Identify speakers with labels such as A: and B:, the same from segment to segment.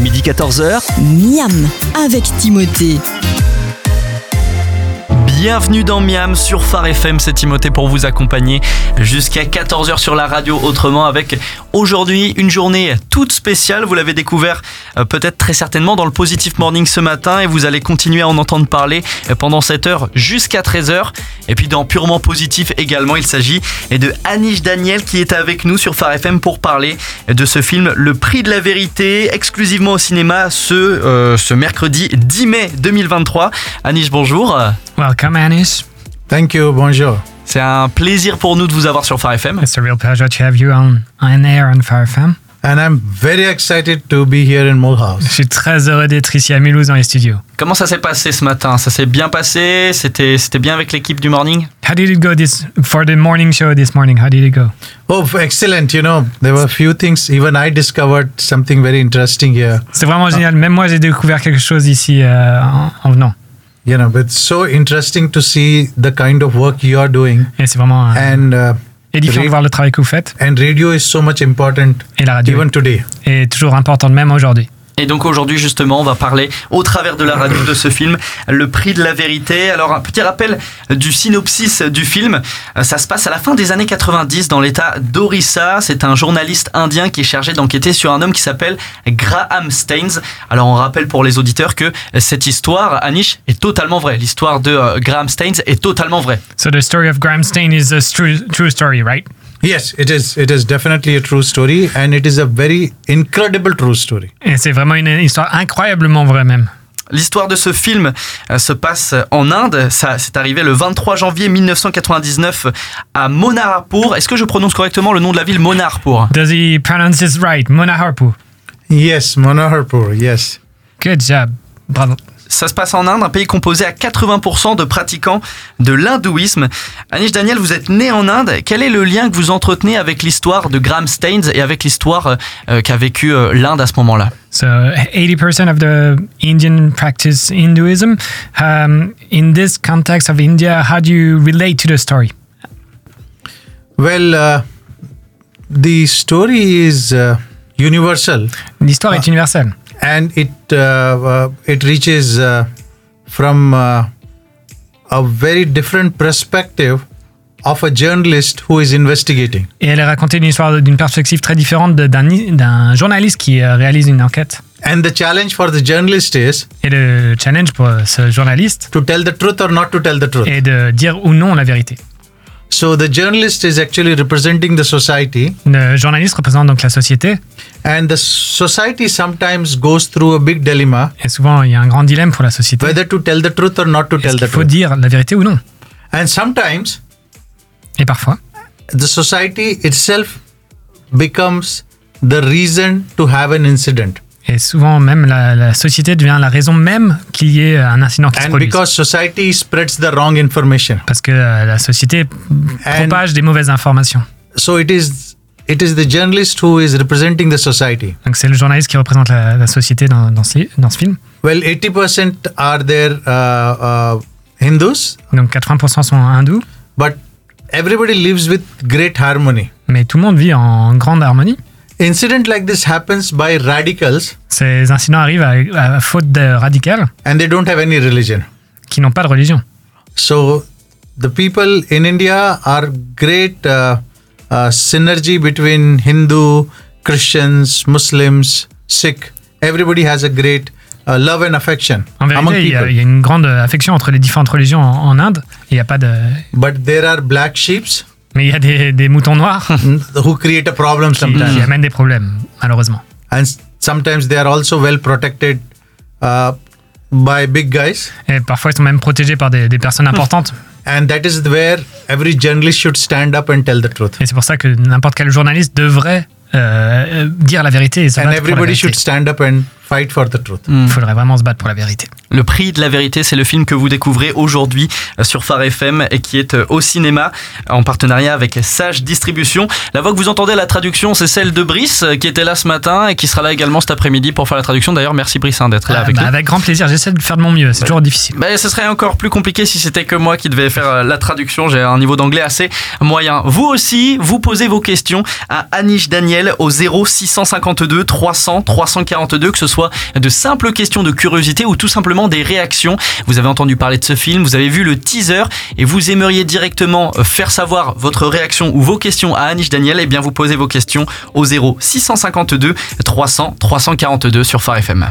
A: Midi 14h,
B: Miam avec Timothée.
A: bienvenue dans Miam sur Phare FM, c'est Timothée pour vous accompagner jusqu'à 14h sur la radio autrement avec aujourd'hui une journée toute spéciale, vous l'avez découvert euh, peut-être très certainement dans le Positive Morning ce matin et vous allez continuer à en entendre parler euh, pendant cette heure jusqu'à 13h et puis dans Purement Positif également il s'agit de Anish Daniel qui est avec nous sur Phare FM pour parler de ce film Le Prix de la Vérité exclusivement au cinéma ce, euh, ce mercredi 10 mai 2023. Anish bonjour.
C: Welcome, Anis.
D: Thank you, bonjour.
A: C'est un plaisir pour nous de vous avoir sur Phare FM.
C: It's a real pleasure to have you on, on air on Fire FM.
D: And I'm very excited to be here in Mole
C: Je
D: House.
C: suis très heureux d'être ici à Mulhouse dans les studios.
A: Comment ça s'est passé ce matin Ça s'est bien passé C'était c'était bien avec l'équipe du morning
C: How did it go this for the morning show this morning? How did it go?
D: Oh, excellent. You know, there were a few things, even I discovered something very interesting here.
C: C'est vraiment génial. Même moi, j'ai découvert quelque chose ici euh, en, en venant.
D: You know, but it's so interesting to see the kind of work you are doing.
C: Et c'est vraiment euh,
D: And uh,
C: édifiant de
D: ré-
C: voir le travail que vous faites.
D: and radio is so much important
C: Et la radio
D: even today.
C: est toujours importante même aujourd'hui.
A: Et donc aujourd'hui justement on va parler au travers de la radio de ce film, Le prix de la vérité. Alors un petit rappel du synopsis du film, Euh, ça se passe à la fin des années 90 dans l'état d'Orissa. C'est un journaliste indien qui est chargé d'enquêter sur un homme qui s'appelle Graham Staines. Alors on rappelle pour les auditeurs que cette histoire, Anish, est totalement vraie. L'histoire de euh, Graham Staines est totalement vraie.
C: So the story of Graham Stain is a true, true story, right?
D: Yes, it is. It is definitely a true story, and it is a very incredible true story.
C: Et c'est vraiment une histoire incroyablement vraie même.
A: L'histoire de ce film euh, se passe en Inde. Ça, c'est arrivé le 23 janvier 1999 à Monarpur. Est-ce que je prononce correctement le nom de la ville Monarpur
C: Does he pronounce this right? Mona Harpu.
D: Yes, Manoharpur. Yes,
C: Good job. Bravo.
A: Ça se passe en Inde, un pays composé à 80% de pratiquants de l'hindouisme. Anish Daniel, vous êtes né en Inde. Quel est le lien que vous entretenez avec l'histoire de Graham Staines et avec l'histoire euh, euh, qu'a vécu euh, l'Inde à ce moment-là
C: So 80% of the Indian practice Hinduism. Um, in this context of India, how do you relate to the story?
D: Well, uh, the story is uh, universal.
C: L'histoire
D: Ah.
C: est universelle.
D: and it uh, uh, it reaches uh, from uh, a very different perspective of a journalist who is investigating.
C: Et elle est racontée une histoire d'une perspective très différente de- d'un d'un journaliste qui euh, réalise une enquête.
D: And the challenge for the journalist is
C: Et le challenge pour euh, ce journaliste
D: to tell the truth or not to tell the truth.
C: est de dire ou non la vérité.
D: So the journalist is actually representing the society,
C: Le journaliste représente donc la société.
D: and the society sometimes goes through a big dilemma
C: Et souvent, il y a un grand dilemme pour la société.
D: whether to tell the truth or not to
C: Est-ce
D: tell the
C: qu'il faut
D: truth.
C: dire la vérité ou non
D: And sometimes
C: Et parfois,
D: the society itself becomes the reason to have an incident.
C: et souvent même, la, la société devient la raison même qu'il y ait un incident qui se
D: and
C: produise.
D: because society spreads the wrong information
C: parce que euh, la société
D: And-
C: propage des mauvaises informations.
D: so it is it is the journalist who is representing the society
C: Donc c'est le journaliste qui représente la, la société dans, dans ce, dans ce film.
D: well 80% are there uh, uh, hindus
C: Donc 80% sont hindous,
D: but everybody lives with great harmony
C: mais tout le monde vit en grande harmonie.
D: incident like this happens by radicals
C: Ces incidents arrivent à, à faute de radicales
D: and they don't have any religion
C: qui n'ont pas de religion.
D: so the people in india are great uh, uh, synergy between hindu christians muslims sikh everybody has a great uh, love and affection
C: En
D: among
C: vérité, il y, a,
D: people
C: il y a une grande affection entre les différentes religions en, en Inde. Il n'y a pas de...
D: but there are black sheeps mm,
C: Mais il y a des, des moutons noirs
D: who create a problem
C: qui,
D: sometimes
C: qui amènent des problèmes, malheureusement.
D: and s- sometimes they are also well protected uh, by big guys
C: Et parfois, ils sont même protégés par des, des personnes importantes.
D: and that is where every journalist should stand up and tell the truth
C: Et c'est pour ça que n'importe quel journaliste devrait euh, euh, dire la vérité et se
D: and
C: battre pour la
D: everybody
C: vérité.
D: should stand up and fight for the truth
A: Mm.
C: Il faudrait vraiment se battre pour la vérité.
A: Le prix de la vérité, c'est le film que vous découvrez aujourd'hui euh, sur Phare FM et qui est euh, au cinéma en partenariat avec Sage Distribution. La voix que vous entendez à la traduction, c'est celle de Brice euh, qui était là ce matin et qui sera là également cet après-midi pour faire la traduction. D'ailleurs, merci Brice hein, d'être là
C: Ah,
A: avec
C: bah,
A: nous.
C: grand plaisir, j'essaie de faire de mon mieux, c'est toujours difficile.
A: Bah, ce serait encore plus compliqué si c'était que moi qui devais faire euh, la traduction. J'ai un niveau d'anglais assez moyen. Vous aussi, vous posez vos questions à Anish Daniel au 0652 300 342, que ce soit soit de simples questions de curiosité ou tout simplement des réactions. Vous avez entendu parler de ce film, vous avez vu le teaser et vous aimeriez directement euh, faire savoir votre réaction ou vos questions à Anish Daniel, et bien vous posez vos questions au 0 652 300 342 sur Phare FM.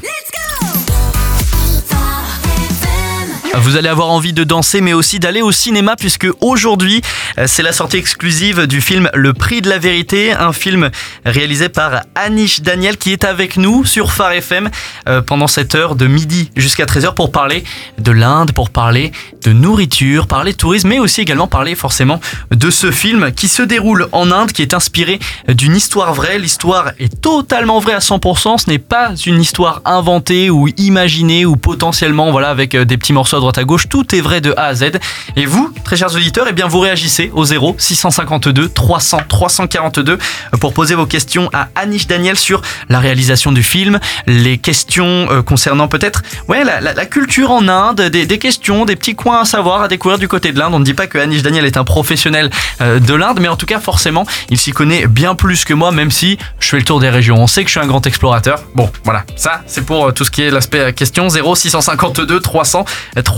A: Vous allez avoir envie de danser mais aussi d'aller au cinéma puisque aujourd'hui euh, c'est la sortie exclusive du film Le prix de la vérité, un film réalisé par Anish Daniel qui est avec nous sur Phare FM euh, pendant cette heure de midi jusqu'à 13h pour parler de l'Inde, pour parler de nourriture, parler de tourisme mais aussi également parler forcément de ce film qui se déroule en Inde, qui est inspiré d'une histoire vraie. L'histoire est totalement vraie à 100%, ce n'est pas une histoire inventée ou imaginée ou potentiellement voilà avec euh, des petits morceaux à droite à gauche, tout est vrai de A à Z. Et vous, très chers auditeurs, eh bien vous réagissez au 0 652 300 342 pour poser vos questions à Anish Daniel sur la réalisation du film, les questions euh, concernant peut-être ouais, la, la- la culture en Inde, des, des questions, des petits coins à savoir, à découvrir du côté de l'Inde. On ne dit pas que Anish Daniel est un professionnel euh, de l'Inde, mais en tout cas, forcément, il s'y connaît bien plus que moi, même si je fais le tour des régions. On sait que je suis un grand explorateur. Bon, voilà, ça, c'est pour euh, tout ce qui est l'aspect euh, question 0 652 300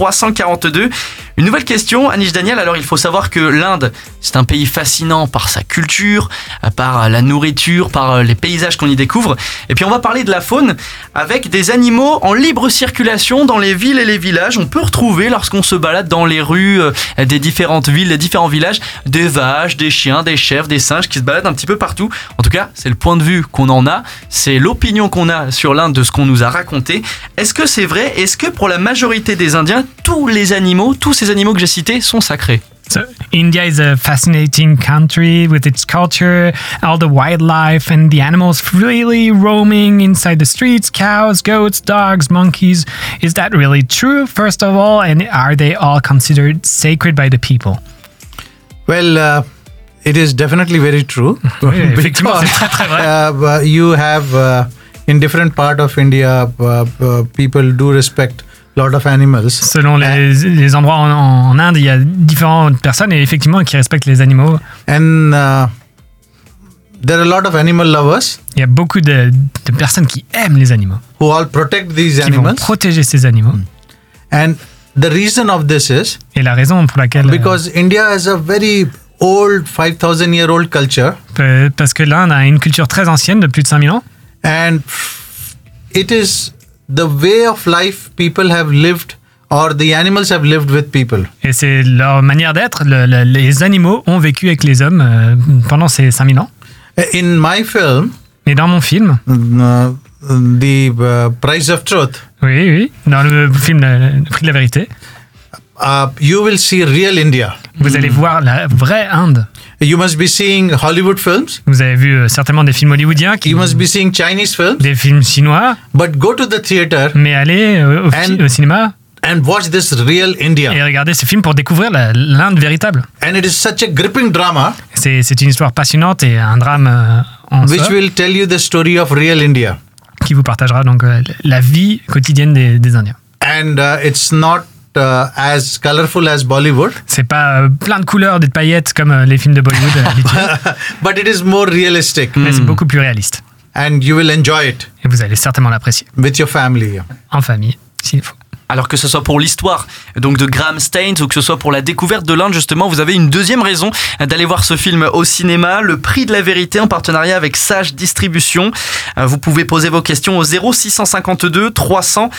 A: 342. Une nouvelle question, Anish Daniel. Alors, il faut savoir que l'Inde, c'est un pays fascinant par sa culture, euh, par euh, la nourriture, par euh, les paysages qu'on y découvre. Et puis, on va parler de la faune avec des animaux en libre circulation dans les villes et les villages. On peut retrouver, lorsqu'on se balade dans les rues euh, des différentes villes, des différents villages, des vaches, des chiens, des chèvres, des singes qui se baladent un petit peu partout. En tout cas, c'est le point de vue qu'on en a, c'est l'opinion qu'on a sur l'Inde de ce qu'on nous a raconté. Est-ce que c'est vrai Est-ce que pour la majorité des Indiens, tous les animaux, tous ces animaux que j'ai cités sont sacrés
C: So India is a fascinating country with its culture, all the wildlife and the animals freely roaming inside the streets, cows, goats, dogs, monkeys. Is that really true first of all and are they all considered sacred by the people?
D: Well, uh, it is definitely very true.
C: effectivement, c'est très, très vrai.
D: Uh, but you have uh, in different part of India, uh, uh, people do respect lot of animals.
C: Selon les, les endroits en, en- en Inde, il y a différentes personnes et effectivement qui respectent les animaux.
D: and uh, there are a lot of animal lovers
C: Il y a beaucoup de, de personnes qui aiment les animaux,
D: who all protect these
C: qui vont
D: animals
C: protéger ces
A: Mm.
C: animaux.
D: and the reason of this is
C: Et la raison pour laquelle... euh,
D: because india is a very old 5000 year old culture
C: Euh, parce que l'Inde a une culture très ancienne de plus de 5000 ans.
D: and it is the way of life people have lived or the animals have lived with people
C: Et c'est leur manière d'être. Le- le- les animaux ont vécu avec les hommes euh, pendant ces 5000 ans.
D: in my film
C: Mais dans mon film,
D: uh, the uh, price of truth
C: oui, oui, dans le film Le, le prix de la vérité,
D: uh, you will see real india
C: vous allez voir la vraie Inde.
D: you must be seeing hollywood films
C: Vous avez vu euh, certainement des films hollywoodiens, qui,
D: you must be seeing chinese films
C: des films chinois,
D: but go to the theater
C: mais allez euh, au, fi-
D: And-
C: au cinéma
D: and watch this real
C: et
D: india
C: regardez ces films pour découvrir la- l'Inde véritable.
D: and it is such a gripping drama
C: C'est c'est une histoire passionnante et un drame euh, en soi,
D: which will tell you the story of real india
C: qui vous partagera donc euh, la vie quotidienne des- des Indiens.
D: and uh, it's not uh, as colorful as Bollywood,
C: C'est pas euh, plein de couleurs, des paillettes comme euh, les films de Bollywood à l'habitude,
D: but it is more realistic,
C: mais c'est beaucoup plus réaliste.
D: and you will enjoy it
C: Et vous allez certainement l'apprécier
D: with your family.
C: en famille, s'il faut.
A: Alors que ce soit pour l'histoire donc de Graham Staines ou que ce soit pour la découverte de l'Inde justement, vous avez une deuxième raison d'aller voir ce film au cinéma, Le Prix de la Vérité en partenariat avec Sage Distribution. Euh, Vous pouvez poser vos questions au 0652 300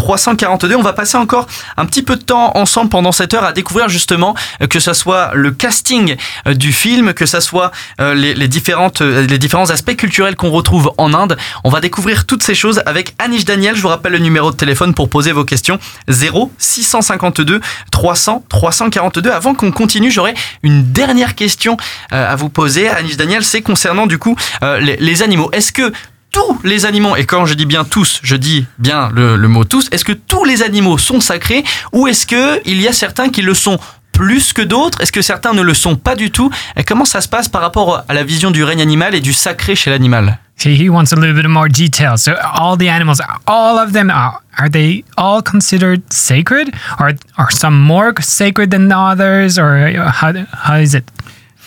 A: 342. On va passer encore un petit peu de temps ensemble pendant cette heure à découvrir justement euh, que ce soit le casting euh, du film, que ce soit euh, les, les différentes, euh, les différents aspects culturels qu'on retrouve en Inde. On va découvrir toutes ces choses avec Anish Daniel. Je vous rappelle le numéro de téléphone pour poser vos questions 0 652 300 342. Avant qu'on continue, j'aurais une dernière question euh, à vous poser, Anish Daniel. C'est concernant du coup euh, les, les animaux. Est-ce que tous les animaux, et quand je dis bien tous, je dis bien le, le mot tous, est-ce que tous les animaux sont sacrés ou est-ce que il y a certains qui le sont plus que d'autres Est-ce que certains ne le sont pas du tout Et comment ça se passe par rapport à la vision du règne animal et du sacré chez l'animal
C: He he wants a little bit more detail. So all the animals, all of them, are, are they all considered sacred? Or are some more sacred than others? Or uh, how, how is it?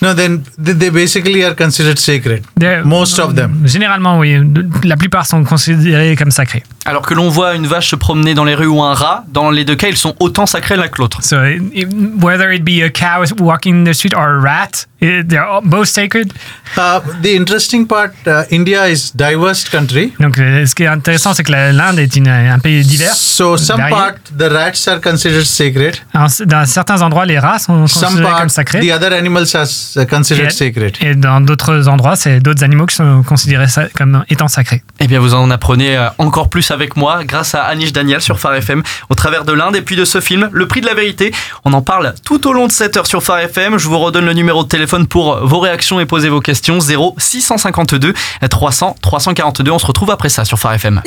D: No, then th- they basically are considered sacred.
C: They're-
D: Most of them.
C: Généralement, oui. La plupart sont considérés comme sacrés.
A: Alors que l'on voit une vache se promener dans les rues ou un rat, dans les deux cas, ils sont autant sacrés l'un que l'autre.
C: So it, it- whether it be a cow walking in the street or a rat, it, they're all- both sacred.
D: Uh, the interesting part, uh, India is diverse country.
C: Donc, euh, ce qui est intéressant, c'est que la- l'Inde est une- un pays divers.
D: So some
C: Varied.
D: part the rats are considered sacred.
C: Alors, c'est- dans certains endroits, les rats sont
D: Some
C: considérés comme
D: part the
C: sacrés.
D: other animals are s- uh,
C: Et,
D: considered sacred.
C: et dans d'autres endroits, c'est d'autres animaux qui sont considérés sa- comme étant sacrés.
A: Eh bien, vous en apprenez euh, encore plus avec moi grâce à Anish Daniel sur Phare FM au travers de l'Inde et puis de ce film, Le Prix de la Vérité. On en parle tout au long de cette heure sur Phare FM. Je vous redonne le numéro de téléphone pour vos réactions et poser vos questions. 0 652 300 342. On se retrouve après ça sur Phare FM.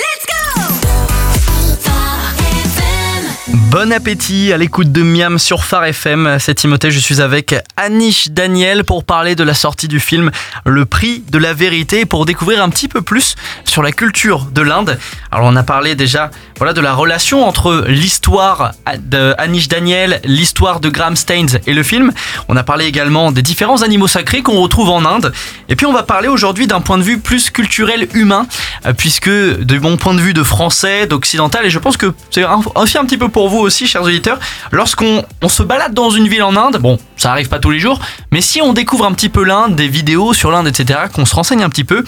A: Bon appétit à l'écoute de Miam sur Phare FM. C'est Timothée, je suis avec Anish Daniel pour parler de la sortie du film Le prix de la vérité et pour découvrir un petit peu plus sur la culture de l'Inde. Alors on a parlé déjà voilà de la relation entre l'histoire de Anish Daniel, l'histoire de Graham Staines et le film. On a parlé également des différents animaux sacrés qu'on retrouve en Inde. Et puis on va parler aujourd'hui d'un point de vue plus culturel humain, euh, puisque de mon point de vue de français, d'occidental, et je pense que c'est un- aussi un petit peu pour vous aussi, chers auditeurs, lorsqu'on on se balade dans une ville en Inde, bon, ça arrive pas tous les jours, mais si on découvre un petit peu l'Inde, des vidéos sur l'Inde, etc., qu'on se renseigne un petit peu,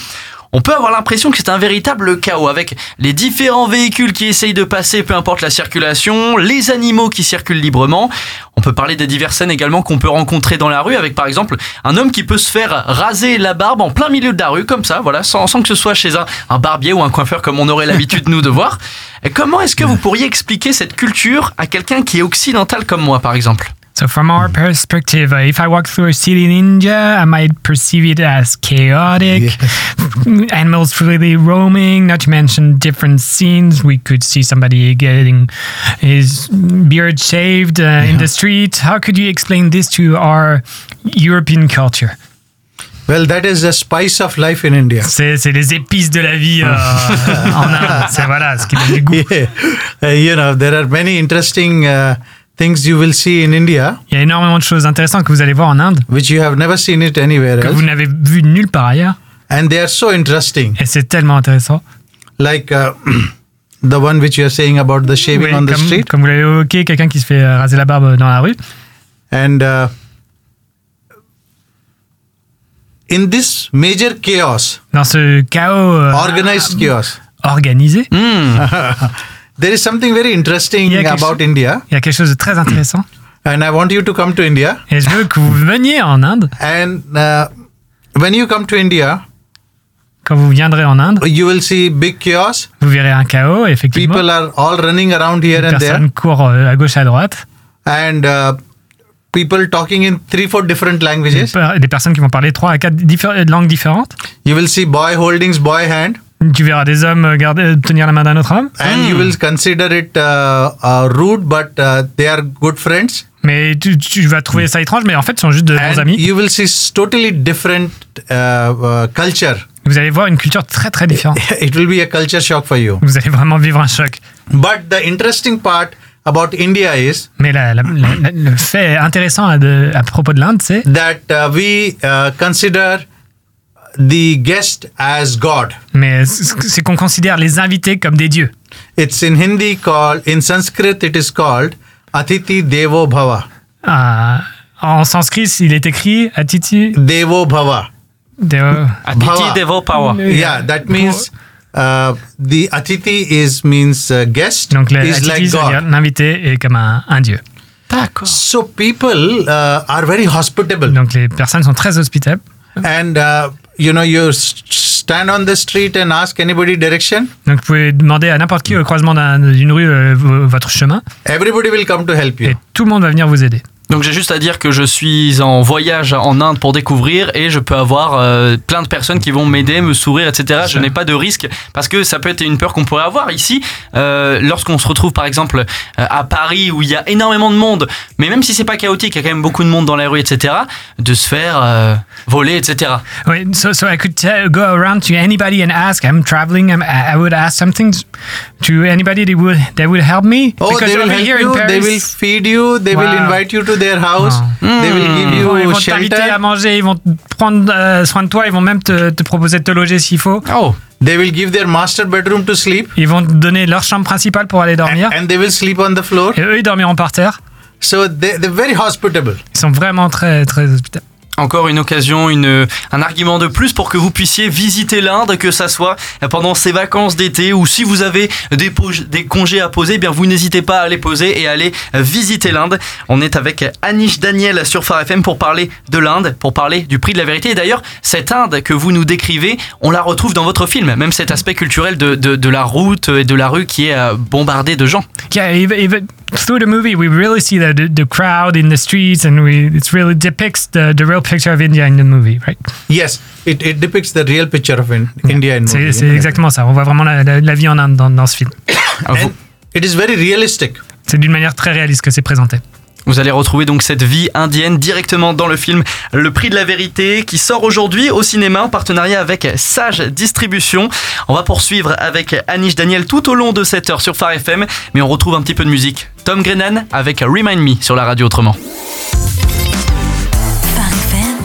A: on peut avoir l'impression que c'est un véritable chaos avec les différents véhicules qui essayent de passer, peu importe la circulation, les animaux qui circulent librement. On peut parler des diverses scènes également qu'on peut rencontrer dans la rue avec par exemple un homme qui peut se faire raser la barbe en plein milieu de la rue comme ça, voilà, sans, sans que ce soit chez un, un barbier ou un coiffeur comme on aurait l'habitude nous de voir. Et comment est-ce que vous pourriez expliquer cette culture à quelqu'un qui est occidental comme moi par exemple
C: So, from
D: Hmm.
C: our perspective, uh, if I walk through a city in India, I might perceive it as chaotic, animals freely roaming, not to mention different scenes. We could see somebody getting his beard shaved uh, in the street. How could you explain this to our European culture?
D: Well, that is the spice of life in India.
C: C'est c'est les épices de la vie euh, en Inde. C'est voilà ce qui donne du goût.
D: Yeah. Uh, you know, there are many interesting uh, things you will see in India,
C: Il y a énormément de choses intéressantes que vous allez voir en Inde
D: which you have never seen it anywhere
C: que vous
D: else.
C: n'avez vu nulle part ailleurs.
D: And they are so interesting.
C: Et c'est tellement intéressant.
D: Like uh, the one which you are saying about the shaving
C: Oui,
D: on the
C: comme,
D: street.
C: comme vous l'avez évoqué, quelqu'un qui se fait euh, raser la barbe dans la rue.
D: And uh, in this major chaos,
C: Dans ce chaos euh,
D: organized chaos,
C: organisé,
A: Hmm,
D: there is something very interesting
C: Yeah,
D: about
C: Krishna.
D: India.
C: il y a quelque chose de très intéressant.
D: And I want you to come to India.
C: Et je veux que vous veniez en Inde.
D: And uh, when you come to India,
C: Quand vous viendrez en Inde,
D: you will see big chaos.
C: vous verrez un chaos, effectivement.
D: People are all running around here and there.
C: Personne court euh, à gauche, à droite.
D: and uh, people talking in three four different languages
C: Des personnes qui vont parler trois à quatre diffé- langues différentes.
D: you will see boy holdings boy hand
C: Tu verras des hommes euh, garder, euh, tenir la main d'un autre homme.
D: and you will consider it uh, uh, rude but uh, they are good friends
C: Mais tu, tu vas
D: Mm.
C: trouver ça étrange, mais en fait, ce sont juste de bons
D: and
C: amis.
D: you will see s- totally different uh, uh, culture
C: Vous allez voir une culture très, très différente.
D: it will be a culture shock for you
C: Vous allez vraiment vivre un choc.
D: but the interesting part about india is
C: Mais la- la- la- la- le fait intéressant à, de- à propos de l'Inde, c'est
D: that uh, we uh, consider the guest as god
C: mais c- c'est qu'on considère les invités comme des dieux.
D: it's in hindi called in sanskrit it is called atiti devo bhava
C: Euh, en sanskrit, il est écrit Atiti
D: Devo Bhava.
C: Deo.
A: Atiti
D: Bhava.
A: Devo Power.
D: Yeah, that means uh, the Atiti is means uh, guest
C: Donc le-
D: is
C: Atiti,
D: like
C: ça veut dire
D: God.
C: l'invité est comme un, un dieu.
A: D'accord.
D: So people uh, are very hospitable,
C: Donc les personnes sont très hospitables.
D: and uh, you know you s- stand on the street and ask anybody direction.
C: Donc vous pouvez demander à n'importe qui au croisement d'un- d'une rue euh, vo- votre chemin
D: Everybody will come to help
C: et
D: you.
C: tout le monde va venir vous aider.
A: Donc j'ai juste à dire que je suis en voyage en Inde pour découvrir et je peux avoir euh, plein de personnes qui vont m'aider, me sourire, etc. Je n'ai pas de risque parce que ça peut être une peur qu'on pourrait avoir ici euh, lorsqu'on se retrouve par exemple euh, à Paris où il y a énormément de monde. Mais même si c'est pas chaotique, il y a quand même beaucoup de monde dans la rue, etc. De se faire euh, voler, etc.
C: Wait, so so I could te- go around to anybody and ask. I'm traveling. I'm, I I would ask something to anybody that would that would help me
D: Oh,
C: because
D: they will
C: over
D: help
C: here in
D: you. They
C: Paris,
D: will feed you. They will
C: Wow. Hmm.
D: invite you to their house. They will give
C: Ils vont, ils
D: you
C: vont t'inviter à
D: shelter.
C: manger, ils vont te prendre euh, soin de toi, ils vont même te, te proposer de te loger s'il faut.
D: Oh, they will give their master bedroom to sleep,
C: Ils vont te donner leur chambre principale pour aller dormir.
D: and they will sleep on the floor.
C: Et eux, ils dormiront par terre.
D: So they, they're very hospitable.
C: Ils sont vraiment très, très hospitaliers.
A: Encore une occasion, une, un argument de plus pour que vous puissiez visiter l'Inde, que ça soit pendant ces vacances d'été ou si vous avez des, po- des congés à poser, eh bien vous n'hésitez pas à les poser et à aller visiter l'Inde. On est avec Anish Daniel sur Phare FM pour parler de l'Inde, pour parler du prix de la vérité. Et d'ailleurs, cette Inde que vous nous décrivez, on la retrouve dans votre film, même cet aspect culturel de, de, de la route et de la rue qui est euh, bombardée de gens.
C: yeah even, even through the movie we really see the, the, the crowd in the streets and we it's really depicts the, the real picture of india in the movie right
D: Yes, it, it depicts the real picture of in, India in
C: c'est
D: movie.
C: c'est exactement ça on voit vraiment la, la- la vie en Inde dans, dans ce film
A: Vous-
D: And it is very realistic.
C: c'est d'une manière très réaliste que c'est présenté
A: Vous allez retrouver donc cette vie indienne directement dans le film Le Prix de la Vérité qui sort aujourd'hui au cinéma en partenariat avec Sage Distribution. On va poursuivre avec Anish Daniel tout au long de cette heure sur Phare FM, mais on retrouve un petit peu de musique. Tom Grennan avec Remind Me sur la radio autrement.
E: Phare FM.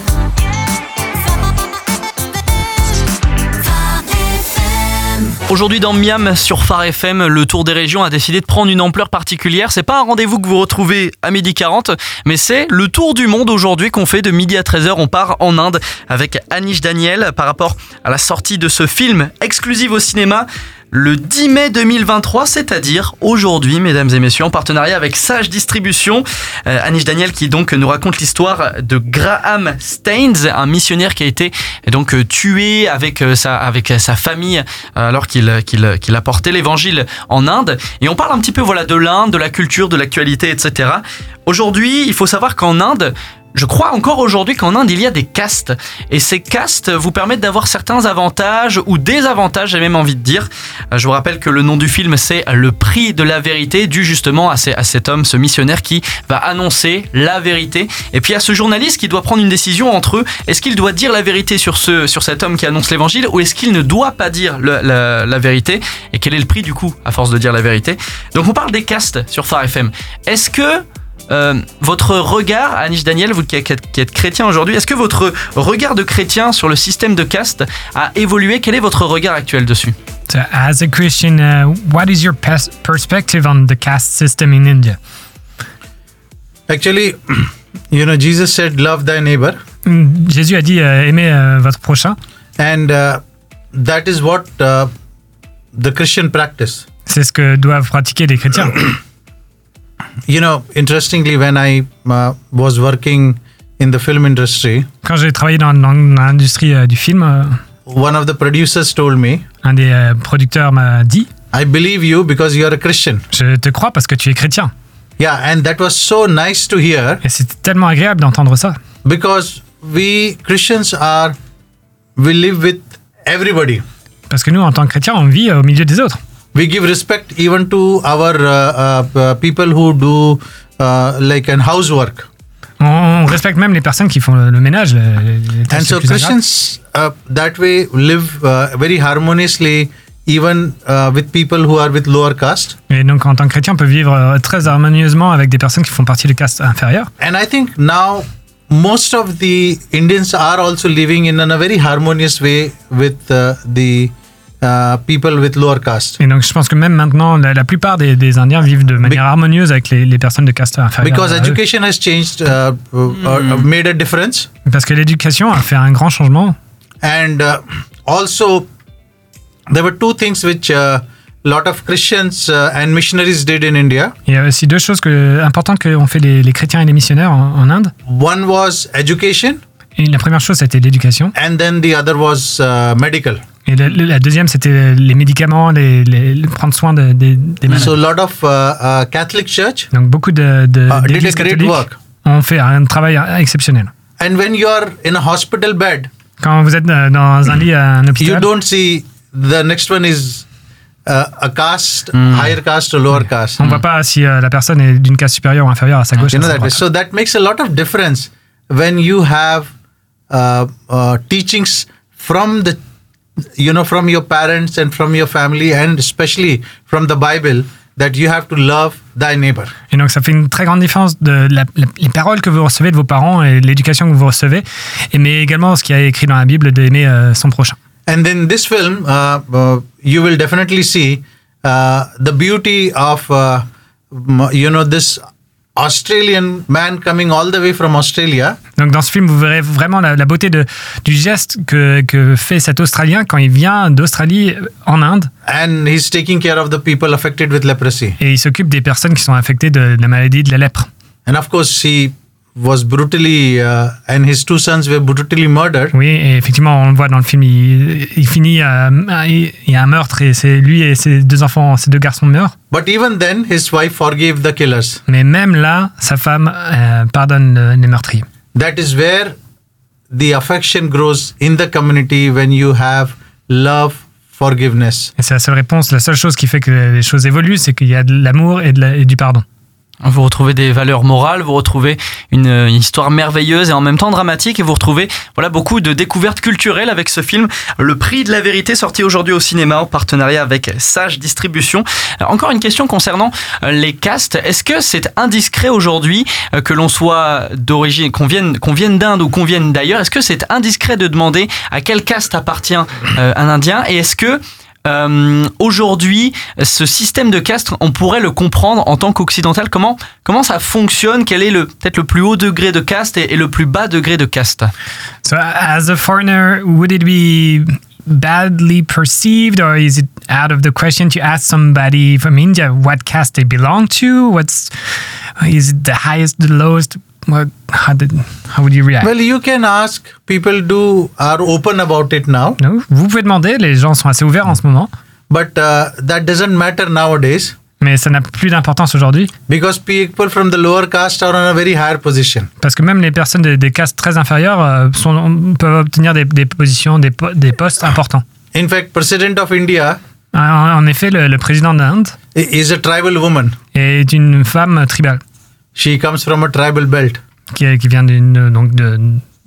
E: Phare FM.
A: Aujourd'hui dans Miam sur Phare FM, le Tour des Régions a décidé de prendre une ampleur particulière. C'est pas un rendez-vous que vous retrouvez à midi 40, mais c'est le tour du monde aujourd'hui qu'on fait de midi à 13h. On part en Inde avec Anish Daniel par rapport à la sortie de ce film exclusif au cinéma le 10 mai 2023, c'est-à-dire aujourd'hui, mesdames et messieurs, en partenariat avec Sage Distribution. Euh, Anish Daniel qui donc nous raconte l'histoire de Graham Staines, un missionnaire qui a été euh, donc euh, tué avec euh, sa, avec euh, sa famille euh, alors qu'il euh, qu'il euh, qu'il apportait l'évangile en Inde. Et on parle un petit peu voilà de l'Inde, de la culture, de l'actualité, etc. Aujourd'hui, il faut savoir qu'en Inde, je crois encore aujourd'hui qu'en Inde, il y a des castes. Et ces castes vous permettent d'avoir certains avantages ou désavantages, j'ai même envie de dire. Euh, Je vous rappelle que le nom du film, c'est Le prix de la vérité, dû justement à, ces- à cet homme, ce missionnaire qui va annoncer la vérité. Et puis à ce journaliste qui doit prendre une décision entre eux. Est-ce qu'il doit dire la vérité sur, ce, sur cet homme qui annonce l'évangile ou est-ce qu'il ne doit pas dire le- la, la vérité Et quel est le prix du coup, à force de dire la vérité Donc on parle des castes sur Phare FM. Est-ce que... Euh, votre regard, Anish Daniel, vous qui êtes, qui êtes chrétien aujourd'hui, est-ce que votre regard de chrétien sur le système de caste a évolué Quel est votre regard actuel dessus
C: so as a christian uh, what is your pers- perspective on the caste system in india
D: Actually, you know, Jesus said, "Love thy neighbor,"
C: Mm, jésus a dit euh, aimez euh, votre prochain
D: and uh, that is what uh, the Christian practice.
C: c'est ce que doivent pratiquer les chrétiens
D: You know, interestingly, when I uh, was working in the film industry,
C: quand j'ai travaillé dans, dans l'industrie euh, du film euh,
D: one of the producers told me,
C: un des euh, producteurs m'a dit
D: "I believe you because you are a Christian."
C: je te crois parce que tu es chrétien
D: Yeah, and that was so nice to hear
C: et c'est tellement agréable d'entendre ça
D: because we Christians are we live with everybody.
C: Parce que nous, en tant que chrétiens, on vit euh, au milieu des autres.
D: We give respect even to our uh, uh, uh, people who do uh, like an housework.
C: On, on respecte même les personnes qui font le, le ménage. le- les tâches
D: and
C: les
D: so
C: plus ingrates.
D: Christians uh, that way live uh, very harmoniously, even uh, with people who are with lower caste.
C: Et donc, en tant que chrétien, on peut vivre euh, très harmonieusement avec des personnes qui font partie des castes inférieures.
D: And I think now most of the Indians are also living in a very harmonious way with uh, the uh, people with lower caste
C: Et donc, je pense que même maintenant, la, la plupart des, des Indiens vivent de manière harmonieuse avec les, les personnes de caste inférieure.
D: because
C: à eux.
D: education has changed, uh, uh, uh, made a difference,
C: Euh, Parce que l'éducation a fait un grand changement.
D: and uh, also there were two things which. Uh, lot of Christians uh, and missionaries did in India.
C: Il y a aussi deux choses que, importantes qu'ont fait les, les chrétiens et les missionnaires en, en Inde.
D: One was education,
C: Et la première chose, c'était l'éducation.
D: and then the other was uh, medical.
C: Et la, la deuxième, c'était les médicaments, les, les- le prendre soin de- des- des malades.
D: So a lot of uh, uh, Catholic Church
C: Donc beaucoup de, de
D: Ah,
C: d'églises
D: did a great
C: catholiques
D: work.
C: ont fait un travail exceptionnel.
D: and when you are in a hospital bed
C: Quand vous êtes euh, dans un lit à un
D: you
C: hôpital,
D: don't see the next one is uh, a caste higher caste or lower caste
C: on ne voit pas si euh, la personne est d'une case supérieure ou inférieure à sa gauche.
D: you
C: à
D: know
C: sa
D: that way
C: droite.
D: so that makes a lot of difference when you have uh, uh, teachings from the you know from your parents and from your family and especially from the bible that you have to love thy neighbor.
C: Et donc, ça fait une très grande différence de la- la- les paroles que vous recevez de vos parents et l'éducation que vous recevez, et mais également ce qu'il y a écrit dans la Bible d'aimer euh, son prochain.
D: And then this film, uh, uh, you will definitely see uh, the beauty of uh, m- you know this Australian man coming all the way from Australia
C: Donc, dans ce film, vous verrez vraiment la, la beauté de, du geste que, que fait cet Australien quand il vient d'Australie euh, en Inde
D: and he's taking care of the people affected with leprosy.
C: et il s'occupe des personnes qui sont affectées de la maladie de la lèpre.
D: And of course, he was brutally uh, and his two sons were brutally murdered.
C: Oui, et effectivement, on le voit dans le film, il, il finit, euh, il il y a un meurtre et c'est lui et ses deux enfants, ses deux garçons meurent.
D: But even then, his wife forgave the killers.
C: Mais même là, sa femme euh, pardonne euh, les meurtriers.
D: That is where the affection grows in the community when you have love, forgiveness.
C: Et c'est la seule réponse, la seule chose qui fait que les choses évoluent, c'est qu'il y a de l'amour et, de la- et du pardon.
A: Hein, Vous retrouvez des valeurs morales, vous retrouvez une euh, histoire merveilleuse et en même temps dramatique et vous retrouvez voilà beaucoup de découvertes culturelles avec ce film Le prix de la vérité sorti aujourd'hui au cinéma en partenariat avec Sage Distribution. Euh, Encore une question concernant euh, les castes. Est-ce que c'est indiscret aujourd'hui euh, que l'on soit d'origine qu'on vienne qu'on vienne d'Inde ou qu'on vienne d'ailleurs Est-ce que c'est indiscret de demander à quel caste appartient euh, un indien et est-ce que euh, aujourd'hui, ce système de caste, on pourrait le comprendre en tant qu'occidental. Comment, comment ça fonctionne Quel est le peut-être le plus haut degré de caste et, et le plus bas degré de caste
C: So, as a foreigner, would it be badly perceived or is it out of the question to ask somebody from India what caste they belong to? What's is it the highest, the lowest? What, how, did, how would you react?
D: Well, you can ask. People do are open about it now,
C: Donc, vous pouvez demander, les gens sont assez ouverts en ce moment,
D: but uh, that doesn't matter nowadays
C: mais ça n'a plus d'importance aujourd'hui
D: because people from the lower caste are on a very higher position.
C: parce que même les personnes des, des castes très inférieures euh, sont- peuvent obtenir des, des positions, des, po- des postes importants.
D: In fact, President of India
C: En, en effet, le, le président d'Inde
D: i- is a tribal woman.
C: est une femme tribale
D: She comes from a tribal belt.
C: qui, qui vient d'une donc de,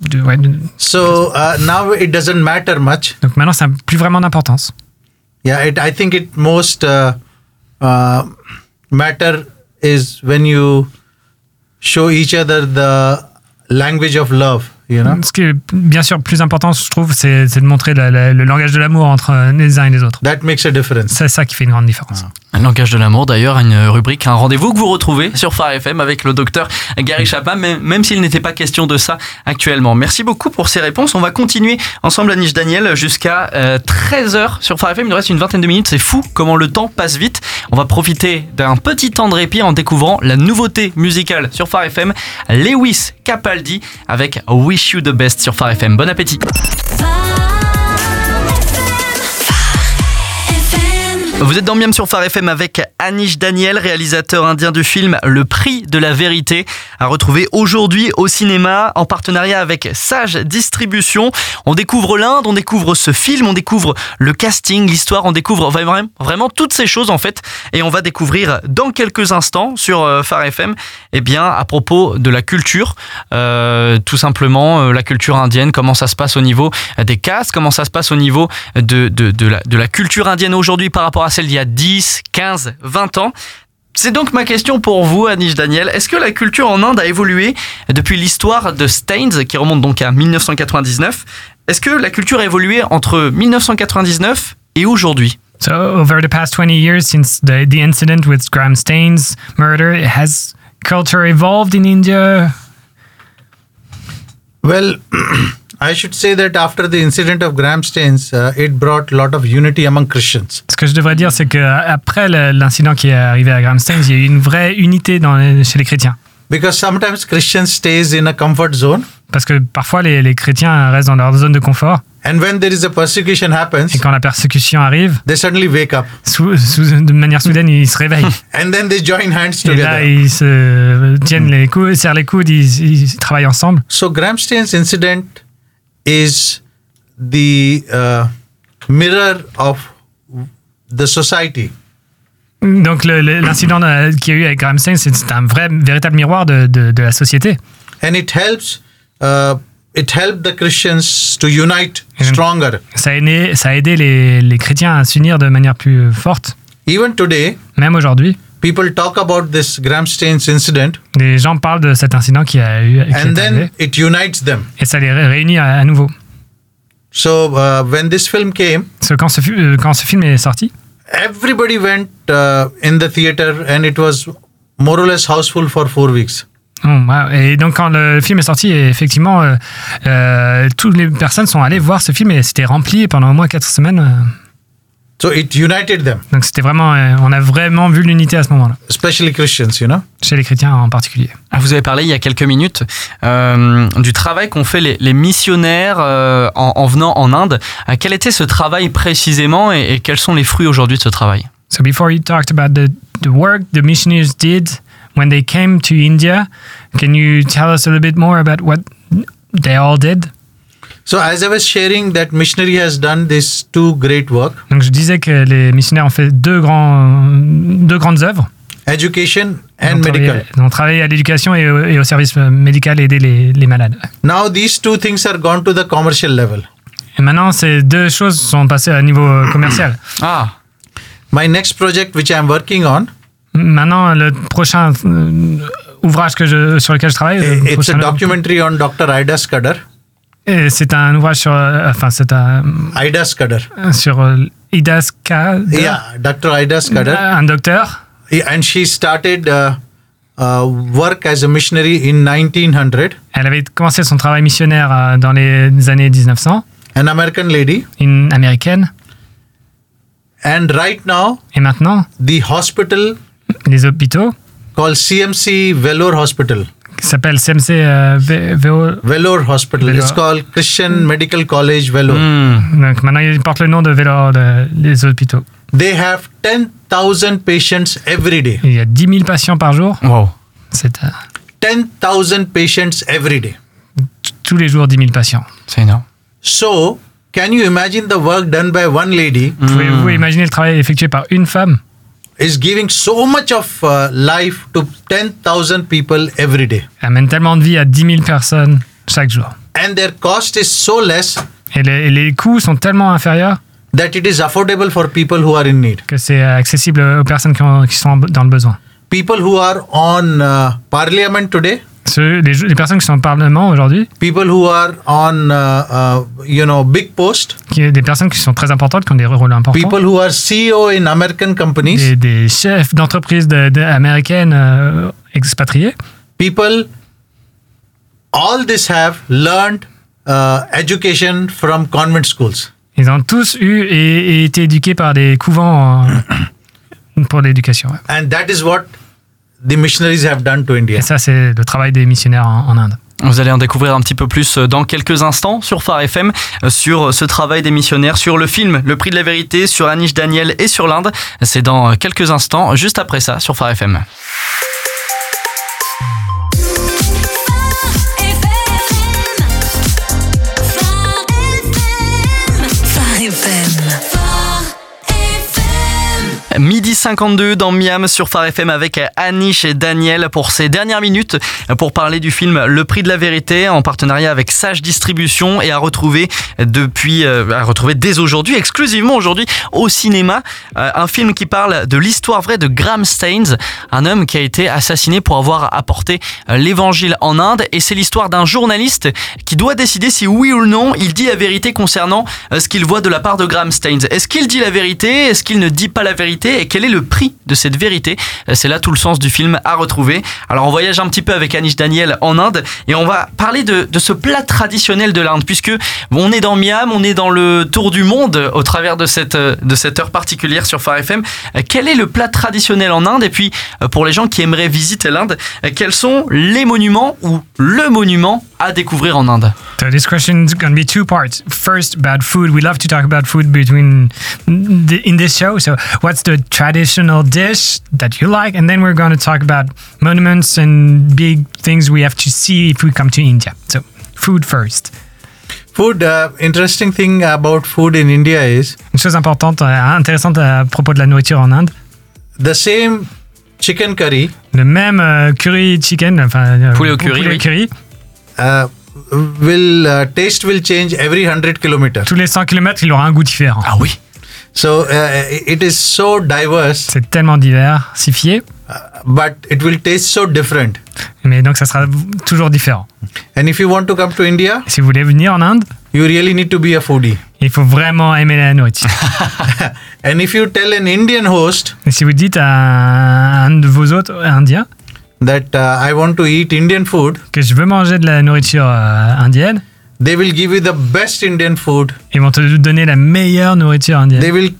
C: de- ouais, de-
D: So uh, now it doesn't matter much.
C: donc maintenant ça n'a plus vraiment d'importance.
D: Yeah, it, I think it most uh, uh, matter is when you show each other the language of love. You know,
C: Ce qui est bien sûr plus important, je trouve, c'est c'est de montrer la- la- le langage de l'amour entre euh, les uns et les autres.
D: that makes a difference.
C: C'est ça qui fait une grande différence.
A: Un langage de l'amour, d'ailleurs, une rubrique, un rendez-vous que vous retrouvez sur Phare FM avec le docteur Gary Chapa, même, même s'il n'était pas question de ça actuellement. Merci beaucoup pour ces réponses. On va continuer ensemble, Anish Daniel, jusqu'à 13h sur Phare FM. Il nous reste une vingtaine de minutes. C'est fou comment le temps passe vite. On va profiter d'un petit temps de répit en découvrant la nouveauté musicale sur Phare FM, Lewis Capaldi avec Wish You the Best sur Phare FM. Bon appétit. Vous êtes dans Miam sur Phare FM avec Anish Daniel, réalisateur indien du film Le Prix de la Vérité, à retrouver aujourd'hui au cinéma en partenariat avec Sage Distribution. On découvre l'Inde, on découvre ce film, on découvre le casting, l'histoire, on découvre vraiment, vraiment toutes ces choses en fait. Et on va découvrir dans quelques instants sur euh, Phare FM, eh bien, à propos de la culture, euh, tout simplement euh, la culture indienne, comment ça se passe au niveau des castes, comment ça se passe au niveau de, de, de, la, de la culture indienne aujourd'hui par rapport à celle d'il y a 10, 15, 20 ans. C'est donc ma question pour vous, Anish Daniel. Est-ce que la culture en Inde a évolué depuis l'histoire de Staines, qui remonte donc à 1999 Est-ce que la culture a évolué entre 1999 et aujourd'hui
C: So over the past 20 years since the, the incident with Graham Staines murder, has culture evolved in India?
D: Well, I should say that after the incident of Graham Staines, uh, it brought a lot of unity among Christians.
C: Ce que je devrais dire, c'est que euh, après le- l'incident qui est arrivé à Graham Staines, il y a eu une vraie unité dans les- chez les chrétiens.
D: Because sometimes Christian stays in a comfort zone,
C: Parce que parfois, les, les chrétiens restent dans leur zone de confort.
D: and when there is a persecution happens,
C: Et quand la persécution arrive,
D: they suddenly wake up,
C: sou- sou- de manière soudaine, ils se réveillent.
D: and then they join hands
C: Et
D: together.
C: là, ils se tiennent les coudes, serrent les coudes, ils, ils travaillent ensemble.
D: So Graham Staines incident is the uh, mirror of the society.
C: Donc, le- le- l'incident euh, qu'il y a eu avec Graham Staines, c'est- c'est un vrai, véritable miroir de, de- de la société.
D: and it helps uh, it helped the christians to unite
C: Mhm.
D: stronger
C: Ça a aidé, ça a aidé les, les chrétiens à s'unir de manière plus forte.
D: even today
C: Même aujourd'hui,
D: people talk about this Gram Stains incident
C: Les gens parlent de cet incident qui a eu qui est
D: and then
C: arrivé,
D: it unites them.
C: et ça les ré- réunit à, à nouveau.
D: So uh, when this film came,
C: Parce que quand ce, fu- euh, quand ce film est sorti,
D: everybody went uh, in the theater and it was more or less houseful for four weeks.
C: oh, wow. et donc quand le film est sorti, effectivement, euh, euh, toutes les personnes sont allées voir ce film et c'était rempli pendant au moins quatre semaines. euh.
D: So it united them,
C: donc c'était vraiment, euh, on a vraiment vu l'unité à ce moment-là,
D: especially Christians, you know.
C: chez les chrétiens en particulier.
A: Ah, Vous avez parlé il y a quelques minutes euh, du travail qu'ont fait les, les missionnaires euh, en, en venant en Inde. Euh, quel était ce travail précisément et, et quels sont les fruits aujourd'hui de ce travail
C: So before you talked about the, the work the missionaries did when they came to India, can you tell us a little bit more about what they all did?
D: So as I was sharing that missionary has done this two great work,
C: Donc je disais que les missionnaires ont fait deux, grands, deux grandes œuvres.
D: education
C: Ils
D: and
C: ont travaillé-
D: medical.
C: Ils ont travaillé à l'éducation et, au- et au service euh, médical, aider les, les malades.
D: Now these two things are gone to the commercial level.
C: Et maintenant, ces deux choses sont passées à niveau euh, commercial.
A: Ah,
D: My next project which I'm working on,
C: Maintenant, le prochain euh, ouvrage que je, sur lequel je travaille, le
D: it's a
C: prochain-
D: documentary on Dr. Ida Scudder.
C: Et c'est un ouvrage sur, euh, enfin, c'est un,
D: Ida Scudder.
C: sur euh, Ida Skada.
D: Yeah, Dr. Ida Scudder.
C: Un docteur.
D: Yeah, and she started uh, uh, work as a missionary in 1900,
C: Elle avait commencé son travail missionnaire euh, dans les années 1900,
D: an American lady.
C: une américaine.
D: And right now,
C: Et maintenant,
D: the hospital
C: les hôpitaux,
D: called CMC Vellore Hospital.
C: qui s'appelle CMC euh, V- VO.
D: Vellore Hospital. It's
C: Vellore.
D: called Christian Medical College Vellore.
C: Donc maintenant, il porte le nom de Vélor, de- les hôpitaux.
D: They have 10,000 patients every day.
C: Il y a 10 000 patients par jour.
A: wow.
C: C'est euh,
D: 10,000 patients every day.
C: t- tous les jours 10 000 patients.
A: C'est énorme.
D: So, can you imagine the work done by one lady
C: Pouvez-vous imaginer le travail effectué par une femme
D: is giving so much of uh, life to 10,000 people every day?
C: Elle mène tellement de vie à 10 000 personnes chaque jour.
D: And their cost is so less
C: Et les, et les coûts sont tellement inférieurs
D: that it is affordable for people who are in need.
C: que c'est euh, accessible aux personnes qui, ont- qui sont en- dans le besoin.
D: People who are on uh, parliament today,
C: Ceux- les, les personnes qui sont au Parlement aujourd'hui,
D: people who are on, uh, uh, you know, big post,
C: qui, des personnes qui sont très importantes, qui ont des rôles importants,
D: people who are CEO in American companies,
C: des, des chefs d'entreprises de- de- américaines euh, expatriées,
D: people, all this have learned uh, education from convent schools.
C: ils ont tous eu et, et été éduqués par des couvents euh, pour l'éducation. ouais.
D: And that is what the missionaries have done to India.
C: Et ça, c'est le travail des missionnaires en, en Inde.
A: Vous allez en découvrir un petit peu plus euh, dans quelques instants sur Phare FM, euh, sur ce travail des missionnaires, sur le film Le Prix de la Vérité, sur Anish Daniel et sur l'Inde. C'est dans euh, quelques instants, juste après ça, sur Phare FM.
E: Phare FM. Phare FM.
A: Midi 52 dans Miam sur Phare FM avec Anish et Daniel pour ces dernières minutes pour parler du film Le Prix de la Vérité en partenariat avec Sage Distribution et à retrouver depuis, euh, à retrouver dès aujourd'hui, exclusivement aujourd'hui au cinéma, euh, un film qui parle de l'histoire vraie de Graham Staines, un homme qui a été assassiné pour avoir apporté euh, l'évangile en Inde et c'est l'histoire d'un journaliste qui doit décider si oui ou non il dit la vérité concernant euh, ce qu'il voit de la part de Graham Staines. Est-ce qu'il dit la vérité Est-ce qu'il ne dit pas la vérité Et quel est le prix de cette vérité Euh, C'est là tout le sens du film à retrouver. Alors on voyage un petit peu avec Anish Daniel en Inde et on va parler de, de ce plat traditionnel de l'Inde puisque on est dans Miam, on est dans le tour du monde euh, au travers de cette, euh, de cette heure particulière sur Phare FM. Euh, Quel est le plat traditionnel en Inde Et puis euh, pour les gens qui aimeraient visiter l'Inde, euh, quels sont les monuments ou le monument à découvrir en Inde
C: So this question is going to be two parts. First, about food. We love to talk about food between the, in this show. So, what's the traditional dish that you like? And then we're going to talk about monuments and big things we have to see if we come to India. So, food first.
D: Food, uh, interesting thing about food in India is
C: Une chose importante, euh, intéressante à propos de la nourriture en Inde.
D: the same chicken curry
C: Le même euh, curry chicken, enfin euh,
A: Poulet au curry, oui.
D: uh, will uh, taste will change every 100 kilometer
C: Tous les 100 km, il aura un goût différent.
A: Ah oui
D: So uh, it is so diverse,
C: C'est tellement diversifié,
D: but it will taste so different.
C: mais donc ça sera toujours différent.
D: And if you want to come to India,
C: Si vous voulez venir en Inde,
D: you really need to be a foodie.
C: il faut vraiment aimer la nourriture.
D: And if you tell an Indian host
C: Et si vous dites à un de vos hôtes indiens
D: that uh, I want to eat Indian food,
C: que je veux manger de la nourriture euh, indienne,
D: they will give you the best Indian food.
C: ils vont te donner la meilleure nourriture
D: They
C: indienne.
D: will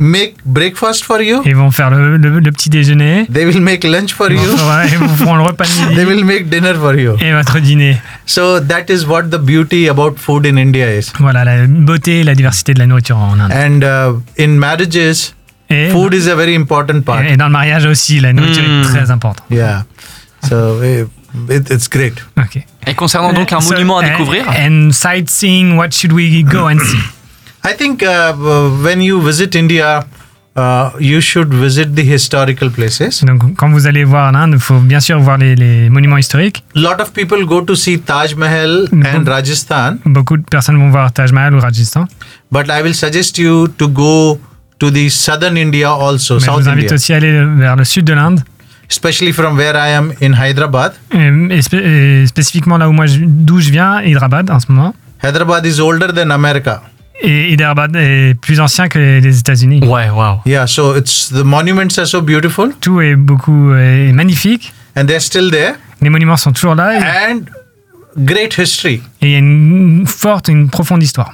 D: make breakfast for you.
C: Ils vont faire le, le- le petit déjeuner,
D: They will make lunch for
C: ils vont
D: you.
C: faire- ils vous feront le repas de
D: They
C: midi
D: will make dinner for you.
C: et votre dîner.
D: So that is what the beauty about food in India is.
C: Voilà la beauté et la diversité de la nourriture en Inde.
D: And uh, in marriages,
C: Et,
D: Eh, food is a very important part.
C: et dans le mariage aussi, la nourriture
A: Mm.
C: est très importante.
D: Yeah. So eh, it, it's great.
C: Ok.
A: Et concernant donc un
C: Euh, So,
A: monument à
C: and-
A: découvrir,
C: And sightseeing, what should we go and see?
D: I think uh, w- when you visit India, uh, you should visit the historical
A: Mm.
D: places.
C: Donc, quand vous allez voir l'Inde, il faut bien sûr voir les, les monuments historiques.
D: lot of people go to see Taj Mahal and Rajasthan,
C: Beaucoup de personnes vont voir Taj Mahal ou Rajasthan.
D: but I will suggest you to go to the southern India also,
C: Mais je
D: South
C: vous invite
D: India,
C: aussi à aller vers le sud de l'Inde,
D: especially from where I am in Hyderabad.
C: et, euh, et spé- et spécifiquement là où moi je- d'où je viens, Hyderabad en ce moment.
D: Hyderabad is older than America.
C: Et Hyderabad est plus ancien que les, les États-Unis.
A: ouais, waouh.
D: Yeah, so it's the monuments are so beautiful
C: Tout est beaucoup euh, est magnifique.
D: and they're still there
C: Les monuments sont toujours là
D: and great history.
C: et et il y a une forte, une profonde histoire.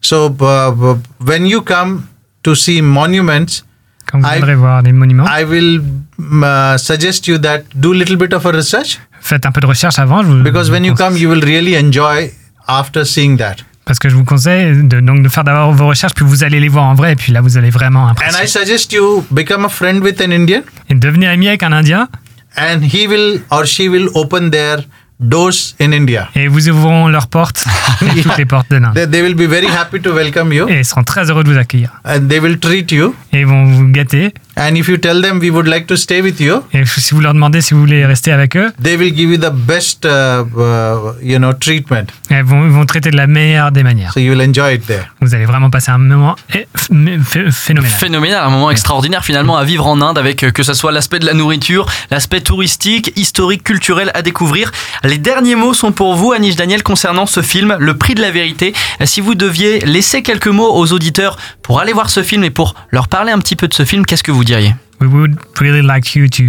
D: So uh, w- when you come to see monuments,
C: Quand vous
D: I-
C: viendrez voir les monuments,
D: I will mm, uh, suggest you that do little bit of a research
C: faites un peu de recherche avant. je vous-
D: because when you
C: conseille-
D: come, you will really enjoy after seeing that.
C: Parce que je vous conseille de, donc de faire d'abord vos recherches, puis vous allez les voir en vrai, et puis là vous allez vraiment
D: And I
C: impressionner.
D: suggest you become a friend with an Indian,
C: Et devenir ami avec un Indien,
D: and he will or she will open their doors in India.
C: et vous ouvriront leurs portes, et toutes les portes de l'Inde.
D: They, they will be very happy to welcome you,
C: Et ils seront très heureux de vous accueillir.
D: and they will treat you.
C: Et ils vont vous gâter.
D: And if you tell them we would like to stay with you,
C: Et si vous leur demandez si vous voulez rester avec eux,
D: they will give you the best, uh, uh, you know, treatment.
C: ils vont, ils vont traiter de la meilleure des manières.
D: So you will enjoy it there.
C: Vous allez vraiment passer un moment eh, ph- ph- phénoménal.
A: Phénoménal, un moment extraordinaire finalement à vivre en Inde avec euh, que ce soit l'aspect de la nourriture, l'aspect touristique, historique, culturel à découvrir. Les derniers mots sont pour vous, Anish Daniel, concernant ce film, Le Prix de la Vérité. Euh, Si vous deviez laisser quelques mots aux auditeurs pour aller voir ce film et pour leur parler un petit peu de ce film, qu'est-ce que vous diriez
C: We would really like you to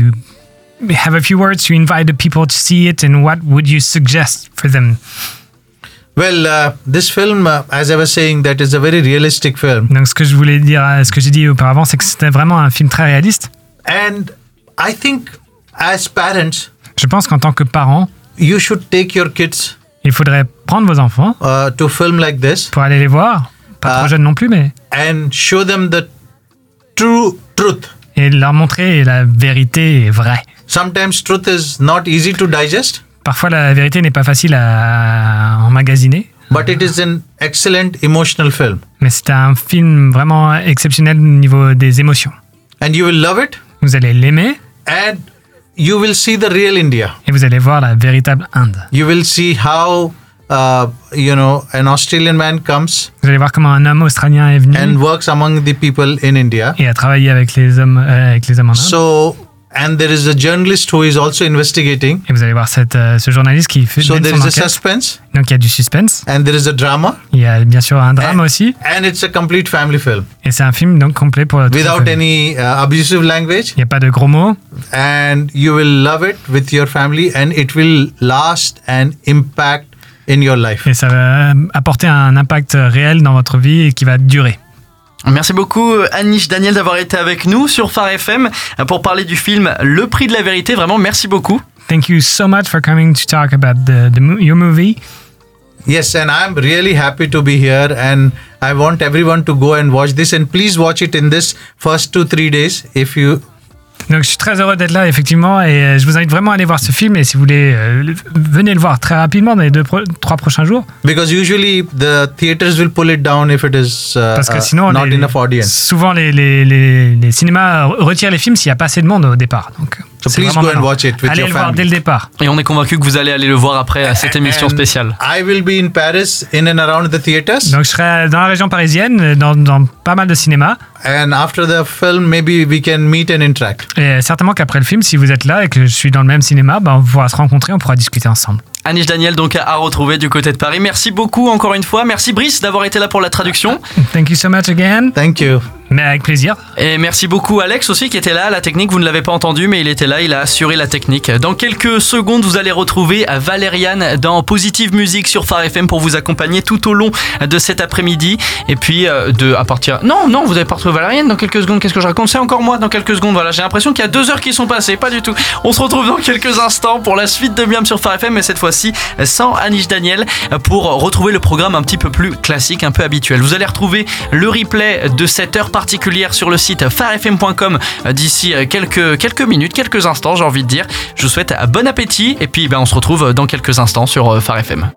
C: have a few words. You invite the people to see it, and what would you suggest for them?
D: Well, uh, this film, uh, as I was saying, that is a very realistic film,
C: Donc, ce que je voulais dire, euh, ce que j'ai dit auparavant, c'est que c'était vraiment un film très réaliste.
D: and I think as parents,
C: Je pense qu'en tant que parent,
D: you should take your kids
C: il faudrait prendre vos enfants
D: uh, to film like this
C: pour aller les voir, pas
D: Ah.
C: trop jeunes non plus, mais
D: and show them the true truth.
C: et leur montrer la vérité est vraie.
D: Sometimes truth is not easy to digest,
C: Parfois, la vérité n'est pas facile à emmagasiner,
D: but it is an excellent emotional film,
C: mais c'est un film vraiment exceptionnel au niveau des émotions.
D: and you will love it,
C: Vous allez l'aimer
D: and you will see the real India.
C: et vous allez voir la véritable Inde.
D: You will see how uh, you know an Australian man comes
C: Vous allez voir comment un homme australien est venu
D: and works among the people in India.
C: et a travaillé avec les hommes, euh, avec les hommes en Inde.
D: So, and there is a journalist who is also investigating.
C: et vous allez voir cette, euh, ce journaliste qui fait
D: So
C: mène
D: there
C: son
D: is a
C: enquête.
D: suspense,
C: Donc il y a du suspense.
D: and there is a drama,
C: Il y a bien sûr un
D: Eh.
C: drame aussi.
D: and it's a complete family film
C: Et c'est un film donc complet pour toute la
D: without
C: famille.
D: any uh, abusive language.
C: Il n'y a pas de gros mots.
D: and you will love it with your family and it will last an impact in your life
C: Et ça va euh, apporter un impact réel dans votre vie et qui va durer.
A: Merci beaucoup euh, Anish Daniel d'avoir été avec nous sur Phare FM euh, pour parler du film Le Prix de la Vérité. Vraiment, merci beaucoup.
C: Thank you so much for coming to talk about the, the mo- your movie.
D: yes and i'm really happy to be here and i want everyone to go and watch this and please watch it in this first two three days if you
C: Donc je suis très heureux d'être là effectivement et euh, je vous invite vraiment à aller voir ce film et si vous voulez euh, le- venez le voir très rapidement dans les deux pro- trois prochains jours
D: because usually the theaters will pull it down if it is uh,
C: parce que
D: uh,
C: sinon
D: not
C: les-
D: enough audience
C: souvent les, les, les, les cinémas re- retirent les films s'il n'y a pas assez de monde au départ donc
D: So
C: C'est
D: please
C: vraiment
D: go and
C: marrant.
D: watch it with
C: Allez
D: your
C: le voir dès
D: family.
C: le départ.
A: Et on est convaincu que vous allez aller le voir après à cette émission
D: And
A: spéciale.
D: I will be in Paris, in and around the theaters.
C: Donc je serai dans la région parisienne, dans, dans pas mal de cinémas.
D: And after the film, maybe we can meet and interact.
C: Et certainement qu'après le film, si vous êtes là et que je suis dans le même cinéma, ben, on pourra se rencontrer, on pourra discuter ensemble.
A: Anish Daniel, donc à retrouver du côté de Paris. Merci beaucoup encore une fois. Merci Brice d'avoir été là pour la traduction.
C: Thank you so much again.
D: Thank you.
C: Mais avec plaisir.
A: Et merci beaucoup Alex aussi qui était là à la technique. Vous ne l'avez pas entendu, mais il était là, il a assuré la technique. Dans quelques secondes, vous allez retrouver Valériane dans Positive Music sur Phare FM pour vous accompagner tout au long de cet après-midi. Et puis euh, de à partir. Non, non, vous n'avez pas retrouvé Valériane dans quelques secondes. Qu'est-ce que je raconte C'est encore moi dans quelques secondes. Voilà, j'ai l'impression qu'il y a deux heures qui sont passées. Pas du tout. On se retrouve dans quelques instants pour la suite de Miam sur Phare FM, mais cette fois-ci sans Anish Daniel pour retrouver le programme un petit peu plus classique, un peu habituel. Vous allez retrouver le replay de cette heure particulière sur le site farfm.com d'ici quelques, quelques minutes, quelques instants, j'ai envie de dire. Je vous souhaite bon appétit et puis ben, on se retrouve dans quelques instants sur Phare FM.